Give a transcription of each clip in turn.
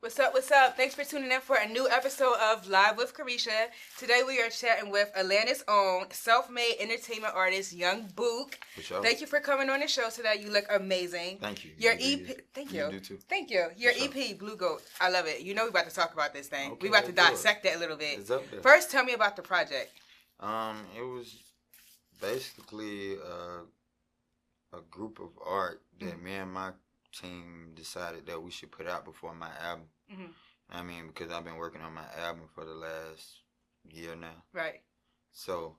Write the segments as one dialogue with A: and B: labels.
A: What's up? What's up? Thanks for tuning in for a new episode of Live with Carisha. Today we are chatting with Atlanta's own self-made entertainment artist, Young Book.
B: For sure.
A: Thank you for coming on the show today. You look amazing.
B: Oh. Thank you.
A: Your
B: You do
A: EP,
B: you.
A: thank you.
B: You do too.
A: Thank you. Your
B: For sure.
A: EP, Blue Goat. I love it. You know we about to talk about this thing.
B: Okay,
A: we about to
B: let's do it.
A: dissect that a little bit.
B: It's up there.
A: First, tell me about the project.
B: Um, it was basically a, a group of art that
A: Mm.
B: me and my team decided that we should put out before my album.
A: Mhm.
B: I mean, because I've been working on my album for the last year now.
A: Right.
B: So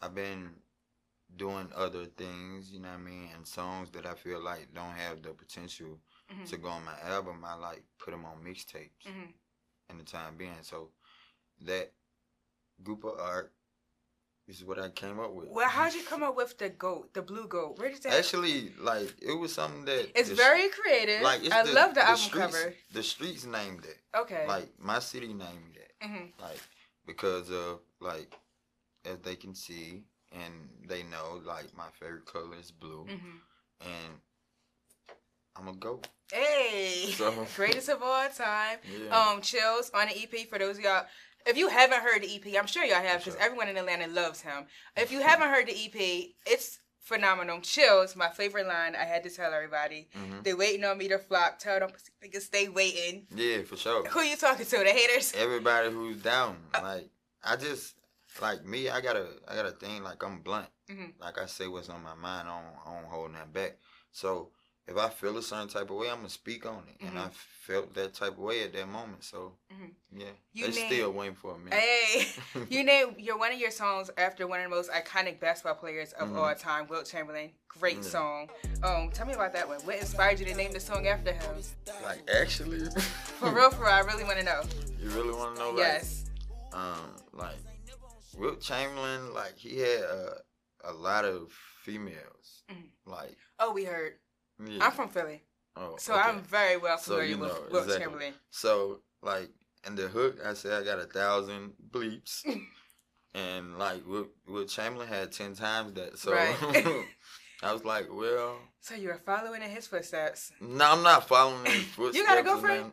B: I've been doing other things, you know what I mean, and songs that I feel like don't have the potential
A: Mhm.
B: to go on my album. I like put them on mixtapes
A: Mhm.
B: in the time being. So that group of art is what I came up with.
A: Well, how'd you come up with the goat, the blue goat? Where did that?
B: Actually, like it was something that
A: it's
B: the sh-
A: very creative.
B: like it's
A: I
B: the,
A: love the,
B: the
A: album
B: streets,
A: cover.
B: The streets named it.
A: Okay.
B: Like my city named it.
A: hmm
B: Like because of like as they can see and they know like my favorite color is blue
A: hmm
B: and I'm a goat.
A: Hey,
B: So-
A: greatest of all time.
B: Yeah.
A: Um, chills on the EP for those of y'all. If you haven't heard the EP, I'm sure y'all have because
B: Sure.
A: everyone in Atlanta loves him. If you haven't heard the EP, it's phenomenal. Chills, my favorite line. I had to tell everybody.
B: Mhm.
A: They waiting on me to flop. Tell them pussy niggas stay waiting.
B: Yeah, for sure.
A: Who you talking to? The haters?
B: everybody who's down. Like I just like me, I got a I got a thing like I'm blunt.
A: Mhm.
B: Like I say what's on my mind. I don't, I don't hold that back. So if I feel a certain type of way, I'm gonna speak on it. And I felt that type of way at that moment. So
A: Mhm.
B: yeah,
A: Mm-hmm. You
B: they
A: name-
B: still waiting for me.
A: Hey, you name your one of your songs after one of the most iconic basketball players of
B: Mhm.
A: all time, Wilt Chamberlain. Great
B: Yeah.
A: song. Um, tell me about that one. What inspired you to name the song after him?
B: like actually, Hmm.
A: For real, for real, I really want to know.
B: you really want to know? Like,
A: Yes.
B: um, like Wilt Chamberlain, like he had a, a lot of females.
A: Mhm.
B: Like
A: Oh, we heard.
B: yeah.
A: I'm from Philly,
B: oh,
A: so
B: okay.
A: I'm very well
B: So
A: familiar
B: you know,
A: with Wilt
B: exactly.
A: Chamberlain.
B: So like in the hook, I said I got a thousand bleeps, and like Will, Will Chamberlain had ten times that. So
A: Right.
B: I was like, well,
A: So you're following in his footsteps.
B: no, I'm not following his footsteps.
A: You gotta go
B: or
A: for it.
B: nothing.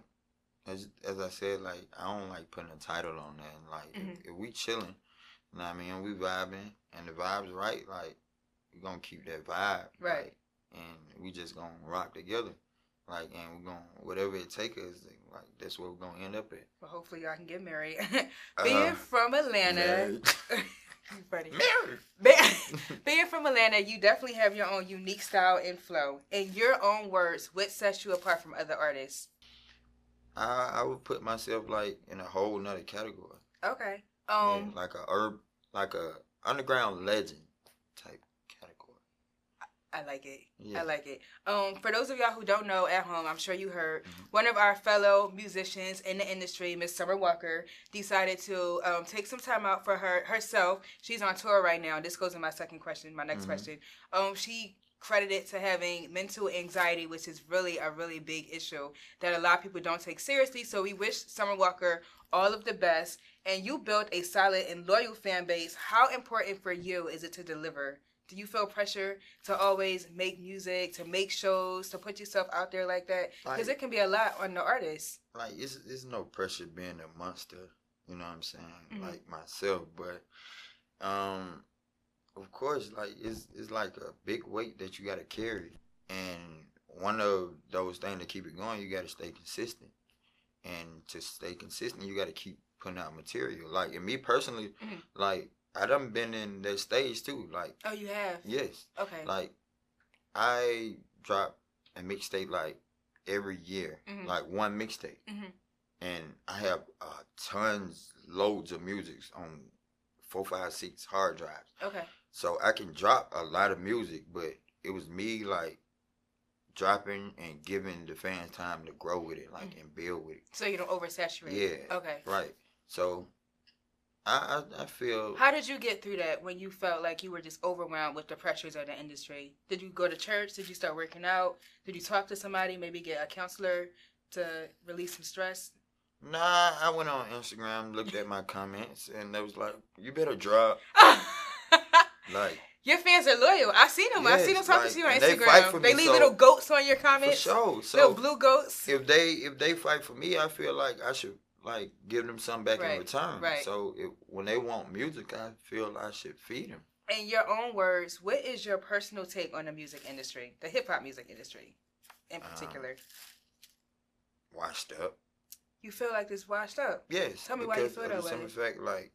B: As as I said, like I don't like putting a title on that. Like if-
A: Mm-hmm.
B: if, we chilling, you know what I mean, we vibing, and the vibes right, like we gonna keep that vibe,
A: Right.
B: like, and we just gonna rock together, like, and we gonna whatever it take us, like that's where we're gonna end up at.
A: Well, hopefully y'all can get married.
B: Uh,
A: Being from Atlanta,
B: married.
A: You funny.
B: Married.
A: Be- Being from Atlanta, you definitely have your own unique style and flow. In your own words, what sets you apart from other artists?
B: I, I would put myself like in a whole nother category,
A: Okay.
B: Yeah,
A: Um,
B: like a herb, like a underground legend type category.
A: I like it.
B: Yeah.
A: I like it. Um, for those of y'all who don't know at home, I'm sure you heard
B: Mhm.
A: one of our fellow musicians in the industry, Miss Summer Walker, decided to um, take some time out for her herself. She's on tour right now. This goes in my second question, my next
B: Mhm.
A: question. Um, she credited to having mental anxiety, which is really a really big issue that a lot of people don't take seriously. So we wish Summer Walker all of the best. And you built a solid and loyal fan base. How important for you is it to deliver? Do you feel pressure to always make music, to make shows, to put yourself out there like that? Because
B: Like-
A: it can be a lot on the artist.
B: Like it's it's no pressure being a monster, you know what I'm saying?
A: Mhm.
B: Like myself, but um, of course, like it's it's like a big weight that you got to carry, and one of those things to keep it going, you got to stay consistent, and to stay consistent, you got to keep putting out material. Like and me personally,
A: Mhm.
B: like I done been in that stage too. Like
A: Oh, you have?
B: yes,
A: Okay.
B: like I drop a mixtape like every year,
A: Mhm.
B: like one mixtape,
A: Mhm.
B: and I have uh, tons, loads of music on four, five, six hard drives.
A: Okay.
B: So I can drop a lot of music, but it was me like dropping and giving the fans time to grow with it, like and build with it.
A: So you don't oversaturate.
B: Yeah.
A: Mm. Okay.
B: Right. So I I, I feel
A: How did you get through that when you felt like you were just overwhelmed with the pressures of the industry? Did you go to church? Did you start working out? Did you talk to somebody? Maybe get a counselor to release some stress?
B: nah. I went on Instagram, looked at my comments, and they was like, "You better drop." Like
A: Your fans are loyal. I see them. I see them
B: Yes,
A: talking
B: like,
A: to you on
B: and
A: Instagram.
B: they
A: They,
B: fight for me,
A: leave
B: so-
A: little goats on your
B: For
A: comments.
B: sure.
A: little
B: So
A: blue goats.
B: if they if they fight for me, I feel like I should like give them something back
A: Right,
B: in return.
A: right.
B: So if, when they want music, I feel I should feed them.
A: In your own words, what is your personal take on the music industry, the hip hop music industry, in
B: Um,
A: particular?
B: Washed up.
A: you feel like it's washed up.
B: Yes.
A: Tell me why you
B: because
A: feel
B: of
A: that
B: the simple
A: way.
B: fact, like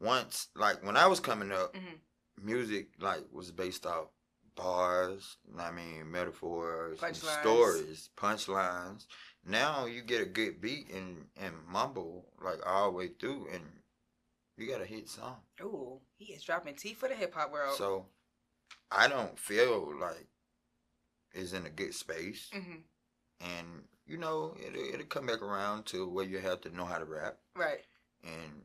B: once, like when I was coming up,
A: Mhm.
B: music like was based off bars. and I mean, metaphors, and
A: Punchlines.
B: stories, punchlines. Now you get a good beat and and mumble like all the way through, and you got a hit song.
A: Ooh, he is dropping tea for the hip hop world.
B: So I don't feel like it's in a good space,
A: hmm
B: and you know it'll, it'll come back around to where you have to know how to rap.
A: Right.
B: and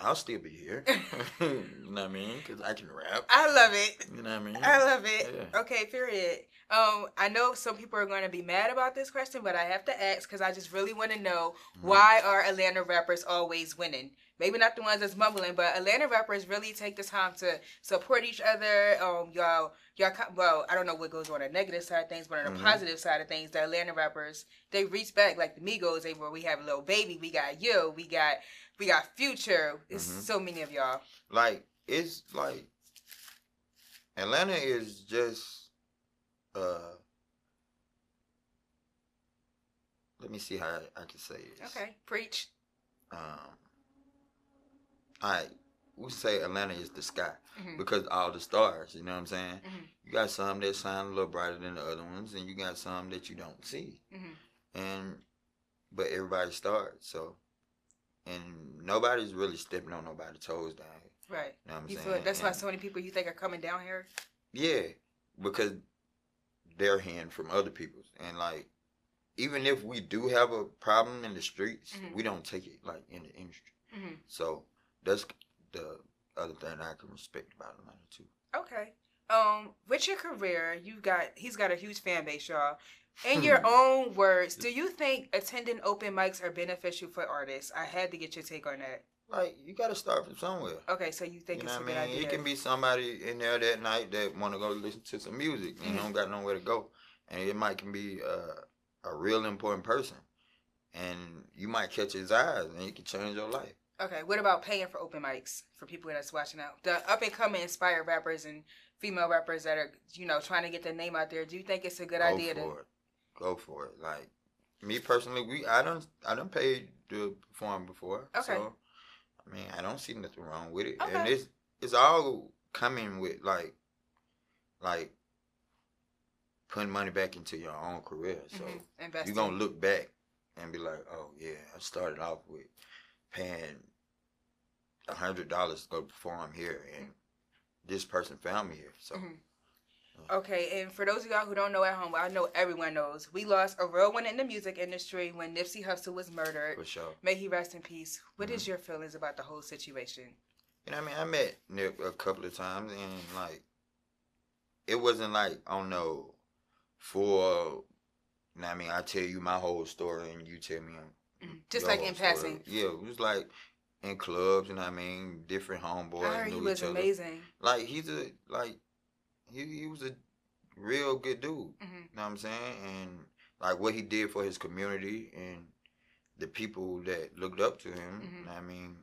B: I'll still be here. you know what I mean? Because I can rap.
A: I love it.
B: You know what I mean?
A: I love it.
B: Yeah.
A: Okay, period. Um, I know some people are going to be mad about this question, but I have to ask because I just really want to know
B: Mm.
A: Mm-hmm. why are Atlanta rappers always winning? Maybe not the ones that's mumbling, but Atlanta rappers really take the time to support each other. Um, y'all, y'all, co- well, I don't know what goes on the negative side of things, but on the
B: Mhm.
A: positive side of things, the Atlanta rappers they reach back like the Migos. They where we have Lil Baby, we got you, we got we got Future. It's
B: Mhm.
A: so many of y'all.
B: Like, it's like Atlanta is just, uh, let me see how I, I can say this.
A: Okay, preach.
B: Um, all right. We say Atlanta is the sky
A: Mhm.
B: because all the stars, you know what I'm saying?
A: Mhm.
B: You got some that shine a little brighter than the other ones, and you got some that you don't see.
A: Mhm.
B: and but everybody starts so and nobody's really stepping on nobody's toes down here.
A: Right.
B: You know what I'm
A: You
B: saying?
A: feel like that's why
B: And-
A: so many people you think are coming down here.
B: Yeah, because they're hearing from other people's and like even if we do have a problem in the streets,
A: Mhm.
B: we don't take it like in the industry.
A: Mhm.
B: So that's the other thing I can respect about Atlanta too.
A: Okay. Um, with your career, you got he's got a huge fan base, y'all.
B: Hmm.
A: In your own words, do you think attending open mics are beneficial for artists? I had to get your take on that.
B: Like you got to start from somewhere.
A: Okay, so you think
B: you
A: it's
B: know
A: a
B: what
A: good
B: I mean?
A: idea?
B: It can be somebody in there that night that want to go listen to some music
A: Mhm.
B: and don't got nowhere to go, and it might can be uh, a real important person, and you might catch his eyes and it can change your life.
A: Okay, what about paying for open mics for people that's watching out? The up and coming inspired rappers and female rappers that are, you know, trying to get their name out there. Do you think it's a good
B: go
A: idea
B: for
A: to
B: it. Go for it. Like me personally, we I don't I don't paid to perform before.
A: Okay.
B: So I mean, I don't see nothing wrong with it, and
A: Okay.
B: it's it's all coming with like like putting money back into your own career. So.
A: Mhm, invest?
B: you're gonna look back and be like, oh yeah, I started off with paying a hundred dollars to go perform here, and
A: Mm-hmm.
B: this person found me here. So
A: Mhm. Okay, and for those of y'all who don't know at home, well, I know everyone knows, we lost a real one in the music industry when Nipsey Hussle was murdered.
B: for sure,
A: May he rest in peace. What is
B: Mm-hmm.
A: your feelings about the whole situation?
B: and I mean, I met Nip a couple of times, and like, it wasn't like I don't know, for. know what I mean, I tell you my whole story, and you tell me
A: Mhm. Just
B: your
A: like in
B: whole story.
A: passing.
B: Yeah, it was like in clubs, you know what I mean, different homeboys.
A: I heard
B: knew
A: he was
B: each other.
A: amazing.
B: like he's a like he, he was a real good dude you know
A: hmm
B: what i'm saying and like what he did for his community and the people that looked up to him
A: Mhm.
B: i mean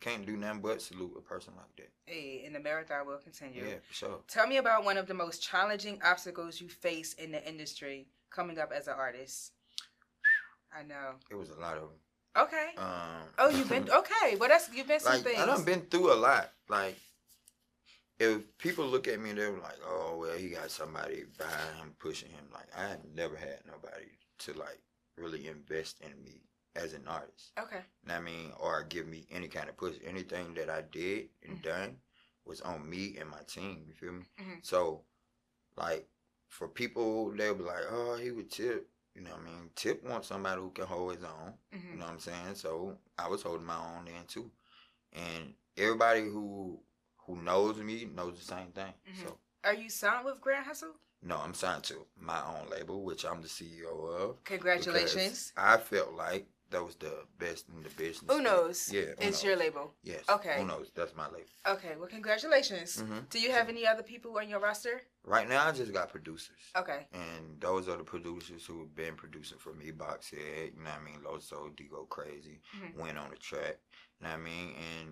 B: can't do nothing but salute a person like that
A: Hey, and the marathon will
B: yeah,
A: continue.
B: for sure
A: Tell me about one of the most challenging obstacles you face in the industry coming up as an artist. I know.
B: it was a lot of 'em.
A: Okay.
B: um
A: Oh, you've been okay. Well, that's you've been some
B: like
A: things.
B: i done been through a lot like if people look at me, they're like, "Oh, well, he got somebody behind him pushing him." Like I have never had nobody to like really invest in me as an artist.
A: okay.
B: know what I mean, or give me any kind of push. Anything that I did and
A: Mhm.
B: done was on me and my team. You feel me?
A: Mhm.
B: So, like, for people, they'll be like, "Oh, he would tip." You know what I mean? Tip wants somebody who can hold his own.
A: hmm
B: You know what I'm saying? So I was holding my own then too, and everybody who who knows me knows the same thing.
A: Mhm.
B: So
A: Are you signed with Grand Hustle?
B: no, I'm signed to my own label, which I'm the CEO E of. because
A: Congratulations.
B: I felt like that was the best in the business.
A: Uno's.
B: Yeah.
A: It's
B: Uno's.
A: your label.
B: Yes.
A: okay. Mm-hmm.
B: Uno's. That's my label.
A: Okay. Well, congratulations.
B: Mhm.
A: Do you have any other people on your roster?
B: Right now, I just got producers.
A: Okay.
B: And those are the producers who have been producing for me, Boxhead, you know what I mean, Loso, D Go Crazy,
A: Mhm.
B: went on the track, you know what I mean? And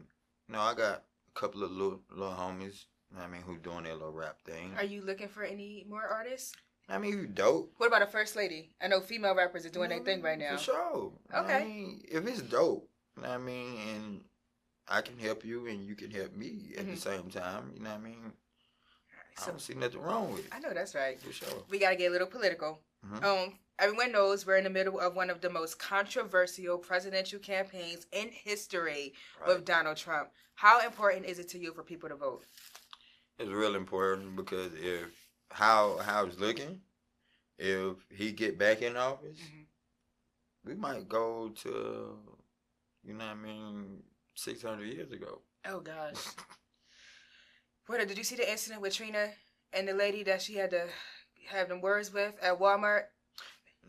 B: you know, I got a couple of little little homies, you know what I mean, who doing their little rap thing.
A: Are you looking for any more artists?
B: I mean you dope.
A: What about a first lady? I know female rappers are doing
B: you
A: their
B: know
A: thing
B: what I
A: right
B: mean?
A: now.
B: For sure. You know what I
A: Okay.
B: mean? if it's dope, you know what I mean, and I can help you and you can help me at the
A: Mhm.
B: same time, you know what I mean? I
A: So,
B: don't see nothing wrong with it.
A: I know that's right.
B: For sure.
A: We gotta get a little political.
B: Mhm.
A: Um, everyone knows we're in the middle of one of the most controversial presidential campaigns in history
B: Right.
A: with Donald Trump. How important is it to you for people to vote?
B: It's real important because if how how it's looking, if he get back in office,
A: Mm-hmm.
B: we might go to, you know what I mean, six hundred years ago.
A: Oh gosh. What did you see the incident with Trina and the lady that she had to have them words with at Walmart?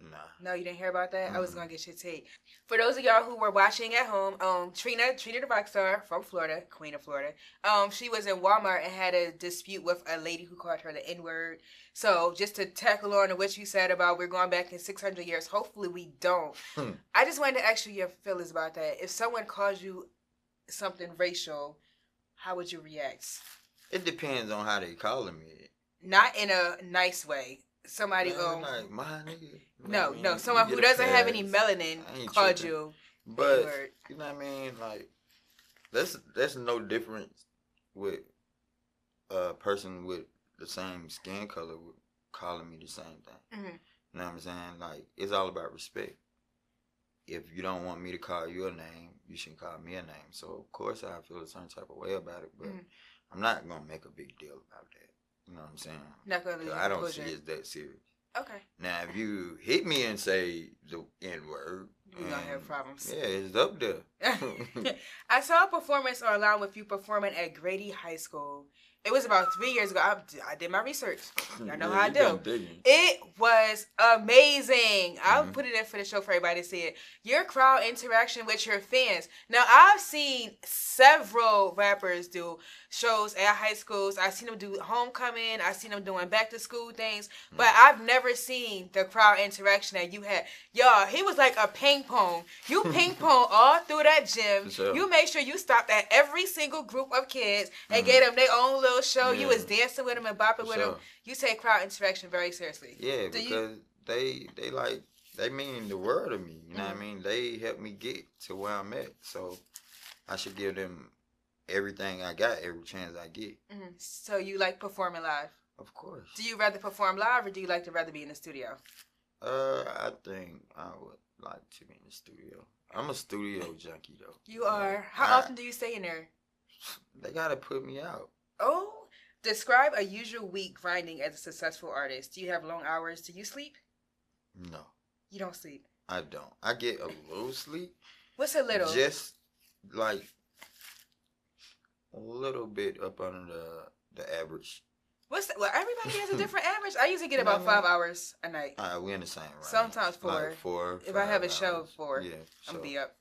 B: Nah.
A: No, you didn't hear about that. I was
B: Mm-mm.
A: gonna get your take. For those of y'all who were watching at home, um, Trina, Trina the rock star from Florida, Queen of Florida, um, she was in Walmart and had a dispute with a lady who called her the N word. So just to tackle on to what you said about we're going back in six hundred years. Hopefully we don't.
B: Hmm.
A: I just wanted to ask you your feelings about that. If someone calls you something racial, how would you react?
B: It depends on how they calling me.
A: Not in a nice way. Somebody,
B: Man,
A: um,
B: like my nigga. You know what
A: no,
B: I mean?
A: no,
B: You
A: someone
B: get
A: who
B: a
A: doesn't have any
B: pass.
A: melanin
B: I ain't
A: called
B: tripping.
A: you.
B: But
A: Word.
B: you know what I mean, like that's that's no difference with a person with the same skin color with calling me the same thing.
A: Mhm.
B: You know what I'm saying? Like it's all about respect. If you don't want me to call you a name, you shouldn't call me a name. So of course I feel a certain type of way about it, but
A: Mhm.
B: I'm not gonna make a big deal about that. You know what I'm saying?
A: Not gonna
B: 'Cause
A: leave.
B: I don't see
A: conclusion.
B: it that serious.
A: Okay.
B: Now if you hit me and say the N word,
A: We're gonna have
B: and-
A: problems.
B: Yeah, it's up there.
A: I saw a performance online with you performing at Grady High School. It was about three years ago. I, I did my research. I know how I
B: you been
A: do.
B: digging.
A: It was amazing. I'll
B: Mhm.
A: put it in for the show for everybody to see it. Your crowd interaction with your fans. Now, I've seen several rappers do shows at high schools. I've seen them do homecoming. I've seen them doing back to school things.
B: Mm.
A: But I've never seen the crowd interaction that you had. Y'all, he was like a ping pong. You ping pong all through that gym.
B: For sure.
A: You made sure you stopped at every single group of kids and
B: Mhm.
A: gave them their own little show. You
B: Yeah.
A: was dancing with them and bopping with them.
B: So,
A: You take crowd interaction very seriously.
B: yeah,
A: Do you-
B: because they they like they mean the world to me. You know
A: Mm.
B: what I mean? They helped me get to where I'm at. So I should give them everything I got, every chance I get.
A: Mhm. So you like performing live?
B: Of course.
A: Do you rather perform live or do you like to rather be in the studio?
B: Uh, I think I would like to be in the studio. I'm a studio junkie though.
A: You are. How
B: I-
A: often do you stay in there?
B: They gotta put me out.
A: Oh, describe a usual week grinding as a successful artist. Do you have long hours? Do you sleep?
B: No,
A: You don't sleep.
B: I don't. I get a little sleep.
A: What's a little?
B: Just like a little bit up under the, the average.
A: What's the, well? Everybody has a different average. I usually get about
B: Mhm.
A: five hours a night.
B: All right, Uh, we in the same range.
A: Sometimes four.
B: Like four.
A: If I have
B: five
A: a show,
B: hours.
A: four.
B: Yeah.
A: I'm
B: sure.
A: gonna be up.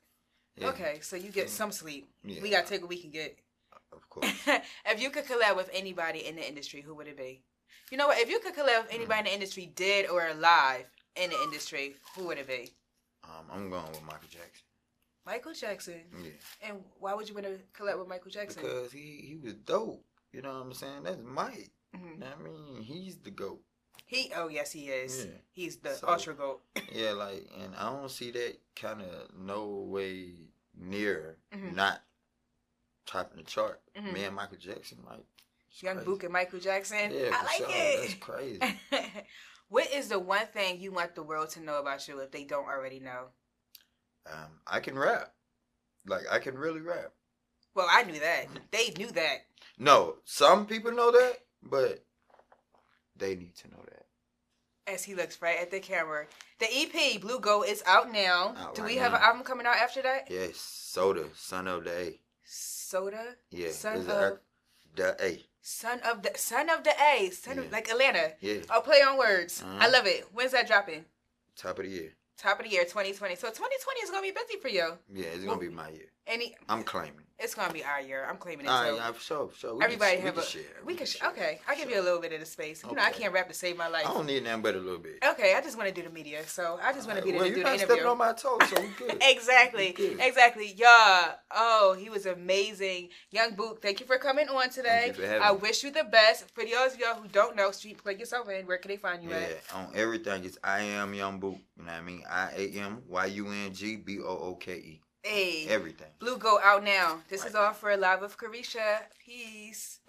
B: Yeah,
A: Okay, so you get
B: Yeah.
A: some sleep.
B: yeah,
A: We gotta take what we can get.
B: Of course.
A: if you could collab with anybody in the industry, who would it be? You know what? If you could collab with anybody in the industry, dead or alive in the industry, who would it be?
B: Um, I'm going with Michael Jackson.
A: Michael Jackson.
B: Yeah.
A: And why would you want to collab with Michael Jackson?
B: Because he, he was dope. You know what I'm saying? That's Mike. You
A: Mhm.
B: know what I mean? He's the GOAT.
A: He. Oh yes, he is.
B: Yeah.
A: He's the
B: So-
A: ultra goat.
B: Yeah, like, and I don't see that kind of no way near
A: Mhm.
B: not topping the chart.
A: Mhm.
B: Me and Michael Jackson, like, it's
A: Young
B: crazy.
A: Book and Michael Jackson.
B: Yeah,
A: I
B: for
A: like
B: sure. That's
A: it.
B: crazy.
A: what is the one thing you want the world to know about you if they don't already know?
B: um, I can rap. Like I can really rap.
A: Well, I knew that. They knew that.
B: No, some people know that, but they need to know that.
A: As he looks right at the camera. The EP Blue Go is out now.
B: Out
A: Do
B: right
A: we have an
B: now.
A: album coming out after that?
B: Yes, Soda, son of the A.
A: Soda.
B: Yeah,
A: Son
B: it's
A: of
B: a- the A.
A: Son of the Son of the A. Son of
B: Yeah.
A: like Atlanta.
B: Yeah,
A: Oh, play on words. I
B: Uh-huh.
A: love it. When's that dropping?
B: top of the year.
A: Top of the year 2020. So 2020 is gonna be busy for you.
B: Yeah, it's gonna be my year.
A: Any,
B: I'm claiming. it.
A: it's gonna be our year. I'm claiming it
B: All
A: too.
B: right, yeah, for sure, for sure. We
A: Everybody
B: can,
A: have
B: we
A: a-
B: can share.
A: we could. sh-
B: share.
A: Okay, I'll give
B: Sure.
A: you a little bit of the space. You know, I
B: Okay. Oh.
A: can't rap to save my life.
B: I don't need nothing but a little bit.
A: Okay, I just want to do the media, so I just want to be
B: Alright,
A: there
B: well,
A: to do
B: you're
A: the interview.
B: not stepping on my toes, so we good.
A: Exactly,
B: You good.
A: exactly, yeah. Oh, he was amazing, young Book. Thank you for coming on today.
B: Thank you for having
A: I
B: me.
A: wish you the best. For those of y'all who don't know, street plug yourself in. Where can they find you
B: Yeah,
A: at?
B: on everything it's I am Young Book. You know what I mean? I A M Y U N G B O O K E.
A: Hey,
B: Everything.
A: Blue go out now. This is
B: Right.
A: all for Live with Carisha. Peace.